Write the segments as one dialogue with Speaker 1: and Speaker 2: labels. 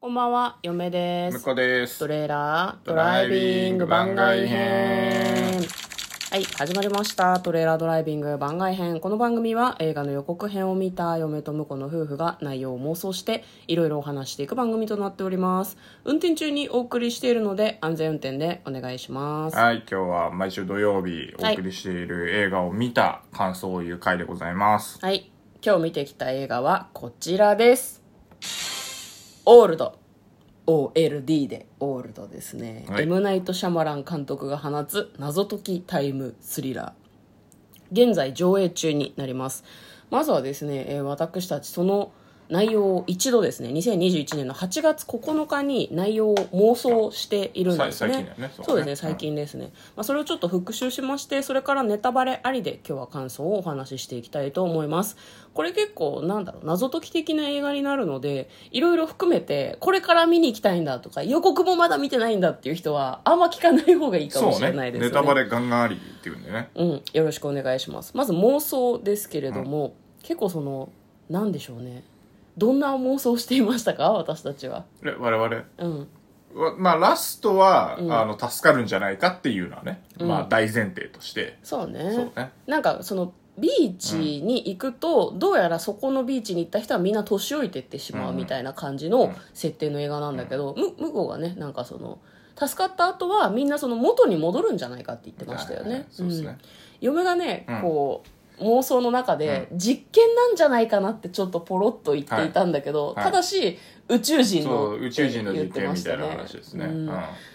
Speaker 1: こんばんは、嫁で
Speaker 2: 向
Speaker 1: す。
Speaker 2: こうです
Speaker 1: ト。レーラードライビング番外編。はい、始まりました。トレーラードライビング番外編。この番組は映画の予告編を見た嫁と婿の夫婦が内容を妄想していろいろお話していく番組となっております。運転中にお送りしているので安全運転でお願いします。
Speaker 2: はい、今日は毎週土曜日お送りしている映画を見た感想を言う回でございます。
Speaker 1: はい、今日見てきた映画はこちらです。オールド。OLD でオールドですね、
Speaker 2: はい
Speaker 1: M ナイト・シャマラン監督が放つ謎解きタイムスリラー現在上映中になりますまずはですね、えー私たちその内容を一度ですね2021年の8月9日に内容を妄想しているんですね
Speaker 2: さい最近だよねそうね
Speaker 1: そうですね最近ですね、まあ、それをちょっと復習しましてそれからネタバレありで今日は感想をお話ししていきたいと思いますこれ結構なんだろう謎解き的な映画になるのでいろいろ含めてこれから見に行きたいんだとか予告もまだ見てないんだっていう人はあんま聞かない方がいいかも
Speaker 2: そ
Speaker 1: し
Speaker 2: う
Speaker 1: れ
Speaker 2: ね
Speaker 1: ないですね
Speaker 2: ネタバレガンガンありっていうんでね。
Speaker 1: うん、よろしくお願いしますまず妄想ですけれども、結構そのなんでしょうねどんな妄想していましたか私たちは
Speaker 2: で我々
Speaker 1: うん
Speaker 2: わ、まあラストは、あの、助かるんじゃないかっていうのはね、
Speaker 1: うん
Speaker 2: まあ大前提として、
Speaker 1: そうね
Speaker 2: そうね。
Speaker 1: なんかそのビーチに行くと、どうやらそこのビーチに行った人はみんな年老いてってしまうみたいな感じ
Speaker 2: う
Speaker 1: の
Speaker 2: ん
Speaker 1: 設定の映画なんだけど、む向こうがねなんかその助かった後はみんなその元に戻るんじゃないかって言ってましたよ
Speaker 2: はいは
Speaker 1: ね
Speaker 2: いそうです
Speaker 1: うん
Speaker 2: ね。
Speaker 1: 嫁がね、
Speaker 2: うん
Speaker 1: こう妄想の中で、実験なんじゃないかなってちょっとポロッと言っていたんだけど、
Speaker 2: いは
Speaker 1: た
Speaker 2: い
Speaker 1: だし宇宙人
Speaker 2: そ
Speaker 1: の
Speaker 2: う、宇宙人の
Speaker 1: って言
Speaker 2: 実
Speaker 1: って
Speaker 2: 験
Speaker 1: ま
Speaker 2: み
Speaker 1: したた
Speaker 2: いな
Speaker 1: ね
Speaker 2: 話ですね。
Speaker 1: う
Speaker 2: うんん。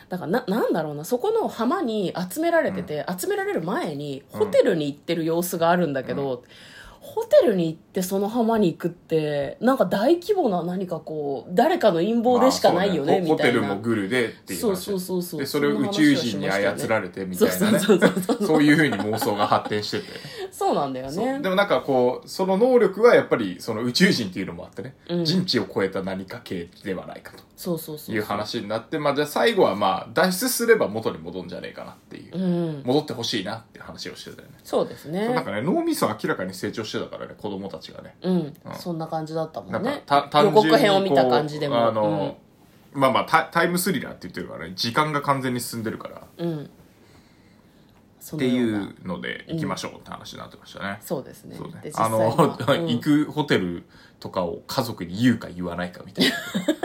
Speaker 1: だからななんだろうなそこの浜に集められてて、集められる前に
Speaker 2: うん
Speaker 1: ホテルに行ってる様子があるんだけど、ホテルに行ってその浜に行くってなんか大規模な何かこう誰かの陰謀でしかないよね、
Speaker 2: まあそう
Speaker 1: みたいな
Speaker 2: ホホテルもグルでっていう
Speaker 1: そ
Speaker 2: 話。
Speaker 1: うそうそうそう
Speaker 2: で、それを宇宙人に操られてみたいなね。
Speaker 1: そうそうそう そう
Speaker 2: そういうふうに妄想が発展してて。
Speaker 1: そうなんだよ
Speaker 2: そう
Speaker 1: ね
Speaker 2: でもなんかこう、その能力はやっぱりその宇宙人っていうのもあってね、
Speaker 1: うん
Speaker 2: 人知を超えた何か系ではないか
Speaker 1: そうそう
Speaker 2: と
Speaker 1: そう
Speaker 2: いう話になって、まあじゃあ最後はまあ脱出すれば元に戻るんじゃねえかなっていう、
Speaker 1: うん
Speaker 2: 戻ってほしいなって話をしてたよね。
Speaker 1: そうですね
Speaker 2: そうなんかね、脳みそ明らかに成長してたからね、子供たちがね。
Speaker 1: うん、
Speaker 2: ん
Speaker 1: そんな感じだったも
Speaker 2: なん
Speaker 1: ん
Speaker 2: か
Speaker 1: ね
Speaker 2: た、単
Speaker 1: 予
Speaker 2: 純に
Speaker 1: 告編を
Speaker 2: こう
Speaker 1: 見た感じでも
Speaker 2: あの、まあまあタタイムスリラーって言ってるからね、時間が完全に進んでるから、
Speaker 1: うん、うんそ
Speaker 2: っ
Speaker 1: の
Speaker 2: てい
Speaker 1: ような
Speaker 2: うので行きましょうって話になってましたね。
Speaker 1: そうですね
Speaker 2: そうね
Speaker 1: で。
Speaker 2: あの、
Speaker 1: 実際には
Speaker 2: 行くホテルとかを家族に言うか言わないかみたいな。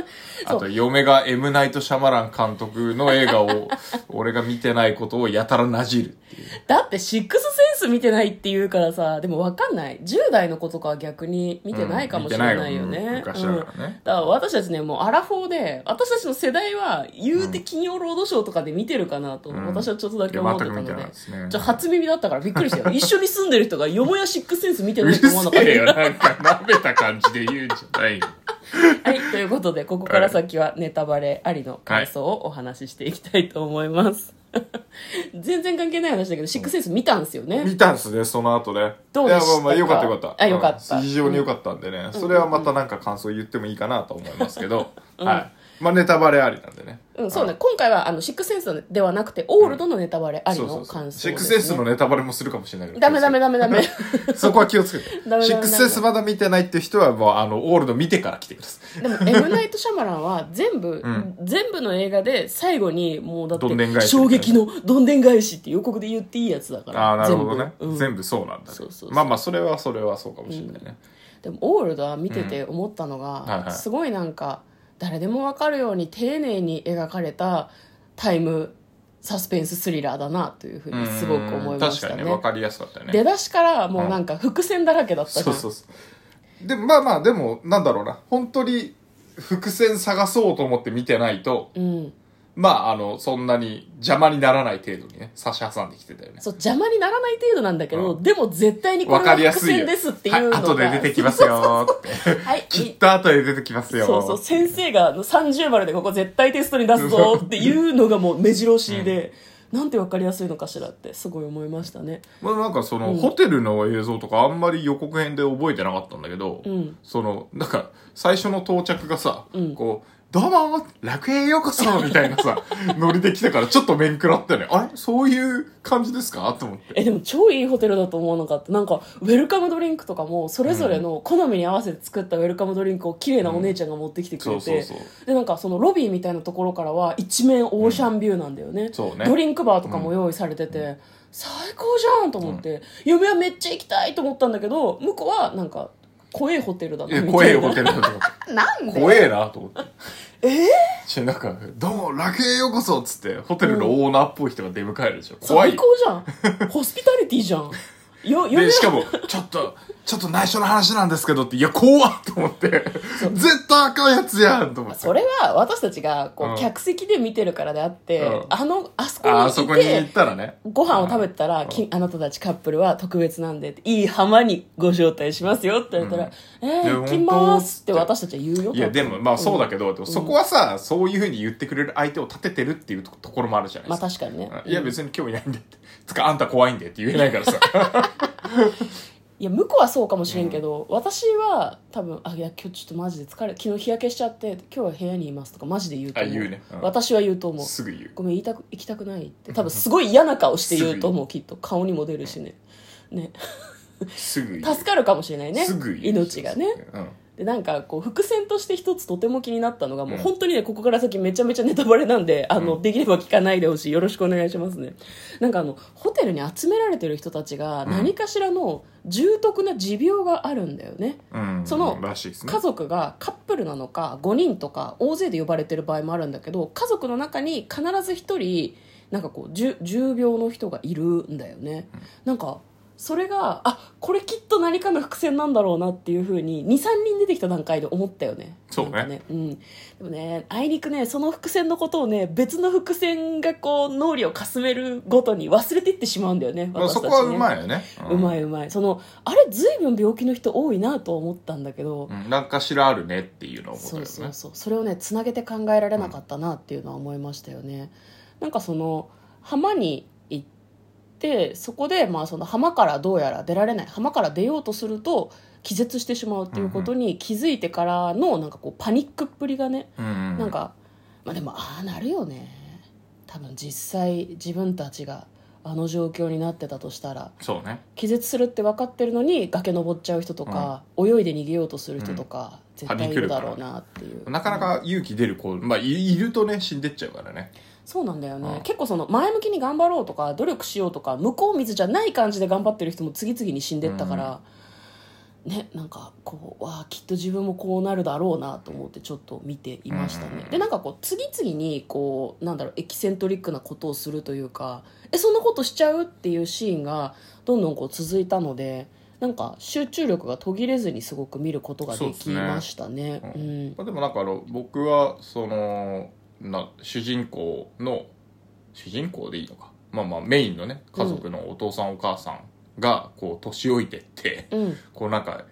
Speaker 1: そう
Speaker 2: あと、嫁が M ナイト・シャマラン監督の映画 を、俺が見てないことをやたらなじるっていう。
Speaker 1: だってシックスセンス見てないって言うからさでも分かんない10代の子とかは逆に見てないかもしれないよ
Speaker 2: うん見
Speaker 1: ね
Speaker 2: てな、
Speaker 1: うん
Speaker 2: いよ
Speaker 1: だ
Speaker 2: 昔だ
Speaker 1: か
Speaker 2: からね。
Speaker 1: ら私たちねもうアラフォーで私たちの世代は言うて金曜ロードショーとかで見てるかなと、
Speaker 2: うん
Speaker 1: 私はちょっとだ
Speaker 2: い
Speaker 1: け思
Speaker 2: や
Speaker 1: って
Speaker 2: 全
Speaker 1: た
Speaker 2: く
Speaker 1: の
Speaker 2: 見て
Speaker 1: で
Speaker 2: ないですね。
Speaker 1: じゃあ初耳だったからびっくりしたよ一緒に住んでる人がよもやシックスセンス見て
Speaker 2: う
Speaker 1: な
Speaker 2: る
Speaker 1: いと思わなか
Speaker 2: せ
Speaker 1: った
Speaker 2: えよ、なんか舐めた感じで言うんじゃ ないよ。
Speaker 1: はい、ということで、ここから先はネタバレありの感想をお話ししていきたいと思います。全然関係ない話だけど、シックスセンス見たんですよね。
Speaker 2: 見たんすね、その後ね。
Speaker 1: どうでしたか
Speaker 2: いや、まあまあ、よかったよかった。
Speaker 1: あよかった
Speaker 2: うん非常によかったんでね。それはまたなんか感想言ってもいいかなと思いますけど。はい。まあ、ネタバレありなんでね。
Speaker 1: うん、そうね。今回は、あの、シックスセンスではなくて、オールドのネタバレあり
Speaker 2: そうそ
Speaker 1: の
Speaker 2: うそう
Speaker 1: 感想
Speaker 2: シッ
Speaker 1: で
Speaker 2: ク
Speaker 1: す、
Speaker 2: ス
Speaker 1: ね。
Speaker 2: センスのネタバレもするかもしれないから
Speaker 1: ダメダメダメダ メ。
Speaker 2: そこは気をつけて
Speaker 1: ダメダメダメ
Speaker 2: シックスセンスまだ見てないっていう人はもうあのオールド見てから来てくださ
Speaker 1: でも、エムナイト・シャマランは全部、
Speaker 2: ん
Speaker 1: 全部の映画で最後に、もうだっ
Speaker 2: どんでん
Speaker 1: て、
Speaker 2: 返し
Speaker 1: 衝撃のどんでん返しって予告で言っていいやつだか
Speaker 2: い
Speaker 1: ら。
Speaker 2: ああなるほどね
Speaker 1: 全部。うん
Speaker 2: 全部そうなんだね
Speaker 1: そうそうそう
Speaker 2: まあまあそれはそれはそうかもしれないね
Speaker 1: でもオールドは見てて思ったのが、
Speaker 2: んはいはい
Speaker 1: すごいなんか誰でも分かるように丁寧に描かれたタイムサスペンススリラーだなというふうにすごく思いました
Speaker 2: うん確
Speaker 1: ね
Speaker 2: かにね分かりやすかったよね
Speaker 1: 出だしからもうなんか伏線だらけだったじゃん、
Speaker 2: そうそうそうでまあまあでもなんだろうな本当に伏線探そうと思って見てないと
Speaker 1: うん、
Speaker 2: まああのそんなに邪魔にならない程度にね差し挟んできてたよね
Speaker 1: そう邪魔にならない程度なんだけど、
Speaker 2: う
Speaker 1: でも絶対にこ
Speaker 2: わ
Speaker 1: れ
Speaker 2: か
Speaker 1: は
Speaker 2: りや
Speaker 1: 伏
Speaker 2: すい
Speaker 1: 線
Speaker 2: よ
Speaker 1: ですっていうのが
Speaker 2: はい後で出てきますよーって
Speaker 1: はい
Speaker 2: きっと後で出てきますよー
Speaker 1: そうそう先生があの30丸でここ絶対テストに出すぞっていうのがもう目白押しで、なんて分かりやすいのかしらってすごい思いましたね
Speaker 2: まあなんかその、
Speaker 1: うん
Speaker 2: ホテルの映像とかあんまり予告編で覚えてなかったんだけど、
Speaker 1: うん
Speaker 2: その、なんか最初の到着がさ、
Speaker 1: うん
Speaker 2: こう、どうも楽園へようこそみたいな さ、ノリで来たからちょっと面食らったよね。あれそういう感じですかと思って。
Speaker 1: えでも超いいホテルだと思わなかったなんかウェルカムドリンクとかもそれぞれの好みに合わせて作ったウェルカムドリンクを綺麗なお姉ちゃんが持ってきてく
Speaker 2: そ
Speaker 1: れ
Speaker 2: うそう
Speaker 1: て
Speaker 2: そう。
Speaker 1: でなんかそのロビーみたいなところからは一面オーシャンビューなんだよね,、
Speaker 2: そうね
Speaker 1: ドリンクバーとかも用意されてて、最高じゃんと思って、夢はめっちゃ行きたいと思ったんだけど向こうはなんか怖えホテルだな
Speaker 2: え、
Speaker 1: み
Speaker 2: 怖
Speaker 1: た
Speaker 2: え
Speaker 1: い
Speaker 2: ホ
Speaker 1: な
Speaker 2: テルだと思って。
Speaker 1: なんで
Speaker 2: 怖えなと思って。ええなんか、どうも、楽園へようこそっつって、ホテルのオーナーっぽい人が出迎えるでしょ。怖い
Speaker 1: 最高。じゃ んホスピタリティじゃんよ夢
Speaker 2: で、
Speaker 1: は
Speaker 2: しかも、ちょっと、ちょっと内緒の話なんですけどって、いや、怖っと思って、絶対赤いやつやんと思って。
Speaker 1: それは私たちがこう、
Speaker 2: うん
Speaker 1: 客席で見てるからであって、
Speaker 2: うん
Speaker 1: あのあそこ
Speaker 2: あ、あ
Speaker 1: に
Speaker 2: そ
Speaker 1: い
Speaker 2: こに
Speaker 1: て
Speaker 2: 行ったらね。
Speaker 1: ご飯を食べてたら、きあなたたちカップルは特別なんでっていい浜にご招待しますよって言われたら「え
Speaker 2: いや
Speaker 1: ー、行きます」って
Speaker 2: 本当
Speaker 1: 私たちは言うよ
Speaker 2: いや、でも、まあそうだけど、でも
Speaker 1: ん
Speaker 2: そこはさ、そういうふうに言ってくれる相手を立ててるっていうとところもあるじゃない
Speaker 1: ま
Speaker 2: で
Speaker 1: あ
Speaker 2: すか。
Speaker 1: 確かにね
Speaker 2: いや、別に興味ないんでって。つか、あんた怖いんでって言えないからさ。
Speaker 1: いや向こうはそうかもしれんけど、私は多分「あいや今日ちょっとマジで疲れ昨日日焼けしちゃって今日は部屋にいます」とかマジで言うと思う
Speaker 2: あ言うねうん
Speaker 1: 私は言うと思う
Speaker 2: すぐ言う。
Speaker 1: ごめん言いたく行きたくないって多分すごい嫌な顔して言うと思うきっと顔にも出るしねね
Speaker 2: すぐ言う。
Speaker 1: 助かるかもしれないね
Speaker 2: すぐ言う。
Speaker 1: 命がね
Speaker 2: うん。
Speaker 1: でなんかこう伏線として一つとても気になったのがもう本当にねここから先めちゃめちゃネタバレなんであのできれば聞かないでほしいよろしくお願いしますねなんかあのホテルに集められてる人たちが
Speaker 2: うん
Speaker 1: 何かしらの重篤な持病があるんだよね
Speaker 2: うん、
Speaker 1: その
Speaker 2: らしいですね
Speaker 1: 家族がカップルなのか5人とか大勢で呼ばれてる場合もあるんだけど家族の中に必ず1人なんかこう重重病の人がいるんだよね、なんかそれがあこれきっと何かの伏線なんだろうなっていうふうに23人出てきた段階で思ったよね
Speaker 2: そうね
Speaker 1: なんかうん、でもねあいにくねその伏線のことをね別の伏線がこう脳裏をかすめるごとに忘れていってしまうんだよね
Speaker 2: まあ、
Speaker 1: 私た
Speaker 2: そ
Speaker 1: ちね
Speaker 2: こはうまいよね、ん
Speaker 1: うまいうまいそのあれずいぶん病気の人多いなと思ったんだけど、
Speaker 2: うんなんかしらあるねっていうのを思った
Speaker 1: そう
Speaker 2: よね
Speaker 1: そうそうそれをねつなげて考えられなかったなっていうのは思いましたよね、なんかその浜に行ってそこでまあその浜からどうやら出られない浜から出ようとすると気絶してしまうっていうことに気づいてからのなんかこうパニックっぷりがね、
Speaker 2: うんうん
Speaker 1: なんかまあでもああなるよね多分実際自分たちがあの状況になってたとしたら
Speaker 2: そうね
Speaker 1: 気絶するって分かってるのに崖登っちゃう人とか、泳いで逃げようとする人とか、絶対いるだろうなっていう
Speaker 2: なかなか勇気出る子、まあ、いいるとね死んでっちゃうからね
Speaker 1: そうなんだよね、
Speaker 2: うん
Speaker 1: 結構その前向きに頑張ろうとか努力しようとか向こう水じゃない感じで頑張ってる人も次々に死んでったから、ねなんかこうわあきっと自分もこうなるだろうなと思ってちょっと見ていましたね、
Speaker 2: うん
Speaker 1: でなんかこう次々にこうなんだろうエキセントリックなことをするというかえそんなことしちゃうっていうシーンがどんどんこう続いたのでなんか集中力が途切れずにすごく見ることができましたね
Speaker 2: そう
Speaker 1: う
Speaker 2: です
Speaker 1: ん
Speaker 2: まあ、でもなんかあの僕はそのな主人公の主人公でいいのかまあまあメインのね家族のお父さんお母さんがこう年老いてって、
Speaker 1: うん
Speaker 2: こうなんか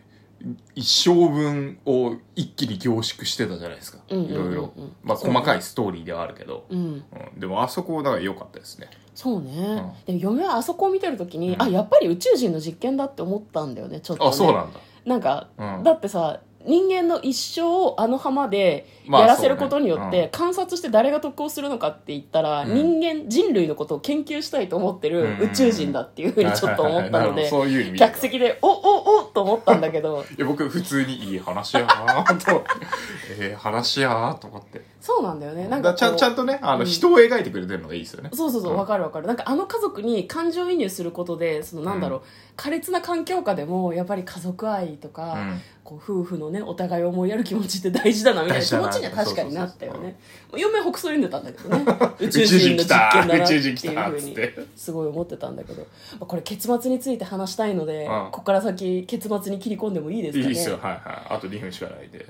Speaker 2: 一生分を一気に凝縮してたじゃないですか、
Speaker 1: うんうんうんうん
Speaker 2: いろいろ、まあ、
Speaker 1: そうね
Speaker 2: 細かいストーリーではあるけど、
Speaker 1: うん
Speaker 2: うん、でもあそこだから良かったですね
Speaker 1: そうね、でも嫁はあそこを見てる時に、
Speaker 2: うん
Speaker 1: あやっぱり宇宙人の実験だって思ったんだよねちょっと、ね、
Speaker 2: あそうなんだ
Speaker 1: なんか、
Speaker 2: うん
Speaker 1: だってさ人間の一生をあの浜で
Speaker 2: まあ
Speaker 1: やらせることによって、
Speaker 2: そうね
Speaker 1: 観察して誰が得をするのかって言ったら、
Speaker 2: うん
Speaker 1: 人間人類のことを研究したいと思ってる
Speaker 2: うん
Speaker 1: 宇宙人だっていうふうにちょっと思ったの
Speaker 2: なるほど
Speaker 1: で
Speaker 2: そういう意味
Speaker 1: 客席でおおおと思ったんだけど
Speaker 2: いや僕普通にいい話やなぁと ええ話やなぁと思って
Speaker 1: そうなんだよねなん
Speaker 2: だ
Speaker 1: から
Speaker 2: ちゃんちゃん
Speaker 1: と
Speaker 2: とねあの、
Speaker 1: うん
Speaker 2: 人を描いてくれてるのがいいですよね
Speaker 1: そうそうそううんわかるわかるなんかあの家族に感情移入することでそのなんだろう、苛烈な環境下でもやっぱり家族愛とか、
Speaker 2: うん
Speaker 1: こう夫婦のねお互いを思いやる気持ちって大事だなみたい
Speaker 2: 大
Speaker 1: な
Speaker 2: 事
Speaker 1: 気
Speaker 2: だ
Speaker 1: 持ち
Speaker 2: な
Speaker 1: には確かになったよ
Speaker 2: そうそう
Speaker 1: ね嫁はほくそ笑んでたんだけどね宇
Speaker 2: 宇
Speaker 1: 宙人
Speaker 2: 宙人
Speaker 1: の実
Speaker 2: 来た
Speaker 1: 験だな
Speaker 2: 宇
Speaker 1: ってい
Speaker 2: 宙
Speaker 1: う
Speaker 2: 人来た
Speaker 1: ふ
Speaker 2: っ
Speaker 1: う
Speaker 2: つっ
Speaker 1: に
Speaker 2: て
Speaker 1: すごい思ってたんだけどまあこれ結末について話したいので、
Speaker 2: うん
Speaker 1: ここから先結末に切り込んでもいいです
Speaker 2: いい
Speaker 1: かね
Speaker 2: ですよはいはいあと2分しかないで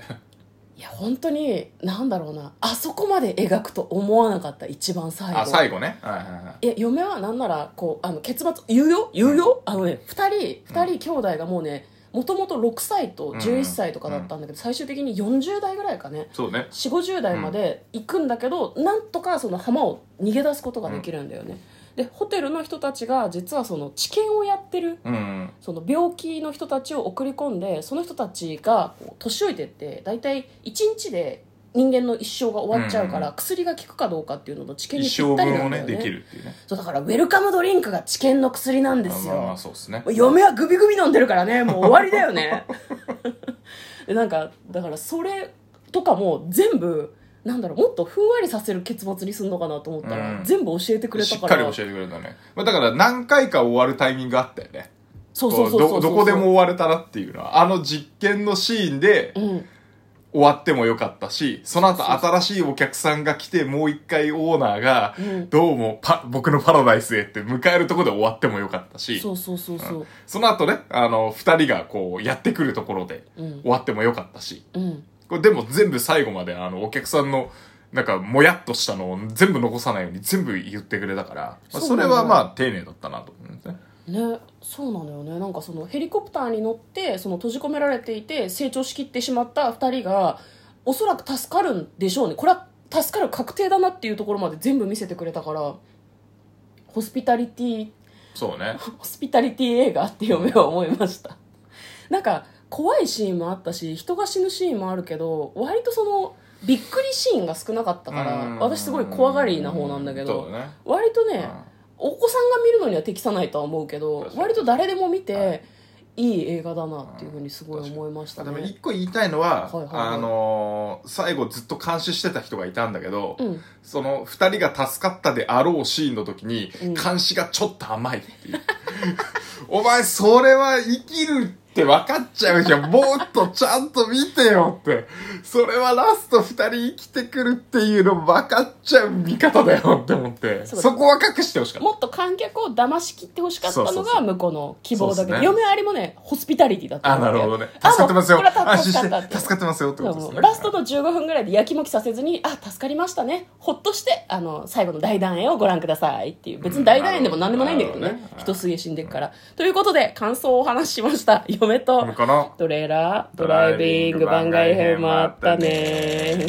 Speaker 1: いや本当になんだろうなあそこまで描くと思わなかった一番最後
Speaker 2: あ最後ねはいはいはい
Speaker 1: いや嫁はなんならこうあの結末言うよ言うよ、あのね2人二人兄弟がもうねもともと6歳と11歳とかだったんだけど、最終的に40代ぐらいかね
Speaker 2: そうね
Speaker 1: 4 5 0代まで行くんだけど、なんとかその浜を逃げ出すことができるんだよね、でホテルの人たちが実はその治験をやってる
Speaker 2: うん
Speaker 1: その病気の人たちを送り込んでその人たちがこう年老いてって大体1日で人間の一生が終わっちゃうから、薬が効くかどうかっていうのと知見に
Speaker 2: 一
Speaker 1: ぴ
Speaker 2: 生
Speaker 1: ったり
Speaker 2: 分
Speaker 1: な
Speaker 2: を
Speaker 1: んだ
Speaker 2: ね
Speaker 1: よね
Speaker 2: できるっていうね
Speaker 1: そうだからウェルカムドリンクが知見の薬なんで
Speaker 2: あ
Speaker 1: す
Speaker 2: まあま
Speaker 1: よ
Speaker 2: あそうですね
Speaker 1: もう嫁はグビグビ飲んでるから ねもう終わりだよね でなんかだからそれとかも全部なんだろうもっとふんわりさせる結末にすんのかなと思ったら、
Speaker 2: うん
Speaker 1: 全部教えてくれ
Speaker 2: したっ
Speaker 1: か
Speaker 2: からり教えてくれたね、まあ、だから何回か終わるタイミングがあったよね
Speaker 1: そうそうそうそうそう
Speaker 2: どどこでも終われたらっていうのはあの実験のシーンで
Speaker 1: うん
Speaker 2: 終わってもよかったしその後新しいお客さんが来てもう一回オーナーが
Speaker 1: うん
Speaker 2: どうもパ僕のパラダイスへって迎えるところで終わってもよかったし
Speaker 1: そうそうそうそう
Speaker 2: その後ねあの2人がこうやってくるところで
Speaker 1: うん
Speaker 2: 終わってもよかったし
Speaker 1: うん
Speaker 2: これでも全部最後まであのお客さんのなんかもやっとしたのを全部残さないように全部言ってくれたから、まあ、
Speaker 1: そ
Speaker 2: そう
Speaker 1: な
Speaker 2: れ
Speaker 1: んだ
Speaker 2: はまあ丁寧だったなと思うんですね
Speaker 1: ねそうなのよねなんかそのヘリコプターに乗ってその閉じ込められていて成長しきってしまった2人がおそらく助かるんでしょうねこれは助かる確定だなっていうところまで全部見せてくれたからホスピタリティ
Speaker 2: そうね
Speaker 1: ホスピタリティ映画って嫁は思いました なんか怖いシーンもあったし人が死ぬシーンもあるけど割とそのびっくりシーンが少なかったから私すごい怖がりな方なんだけ
Speaker 2: う
Speaker 1: ど
Speaker 2: んそうだね
Speaker 1: 割と
Speaker 2: う
Speaker 1: ね、
Speaker 2: ん
Speaker 1: お子さんが見るのには適さないとは思うけど
Speaker 2: 確かに
Speaker 1: 割と誰でも見
Speaker 2: は
Speaker 1: ていい映画だなっていうふうにすごい思いまし
Speaker 2: あ
Speaker 1: た
Speaker 2: でも
Speaker 1: ね
Speaker 2: 一個言いたいのは、
Speaker 1: はいはいはい
Speaker 2: あのー最後ずっと監視してた人がいたんだけど、
Speaker 1: うん
Speaker 2: その二人が助かったであろうシーンの時に、
Speaker 1: うん
Speaker 2: 監視がちょっと甘いっていう。 お前それは生きるって分かっちゃうじゃん。もっとちゃんと見てよって。それはラスト二人生きてくるっていうの分かっちゃう見方だよって思って。
Speaker 1: そうだ
Speaker 2: そこは隠してほしかった。
Speaker 1: もっと観客を騙しきってほしかった
Speaker 2: そ
Speaker 1: の
Speaker 2: うそうそ
Speaker 1: が
Speaker 2: う
Speaker 1: 向こうの希望だけど
Speaker 2: そうっすね
Speaker 1: 嫁ありもねホスピタリティだった
Speaker 2: あ、
Speaker 1: んだ
Speaker 2: な
Speaker 1: よ
Speaker 2: るほどね。
Speaker 1: あ
Speaker 2: 助かってますよ
Speaker 1: もうこれ。は
Speaker 2: 安
Speaker 1: 助
Speaker 2: 心
Speaker 1: か
Speaker 2: し
Speaker 1: ったって
Speaker 2: て。助かってますよってことです
Speaker 1: そう
Speaker 2: ね。
Speaker 1: ラストの15分ぐらいでやきもきさせずにあ助かりましたねほっとしてあの最後の大団円をご覧くださいっていう別に大団円でも何でもないんだけど
Speaker 2: うんなる
Speaker 1: ね
Speaker 2: ほどね
Speaker 1: 一吸い死んでくからということで感想をお話ししました嫁と
Speaker 2: これかな
Speaker 1: トレーラードライビング番外編もあったね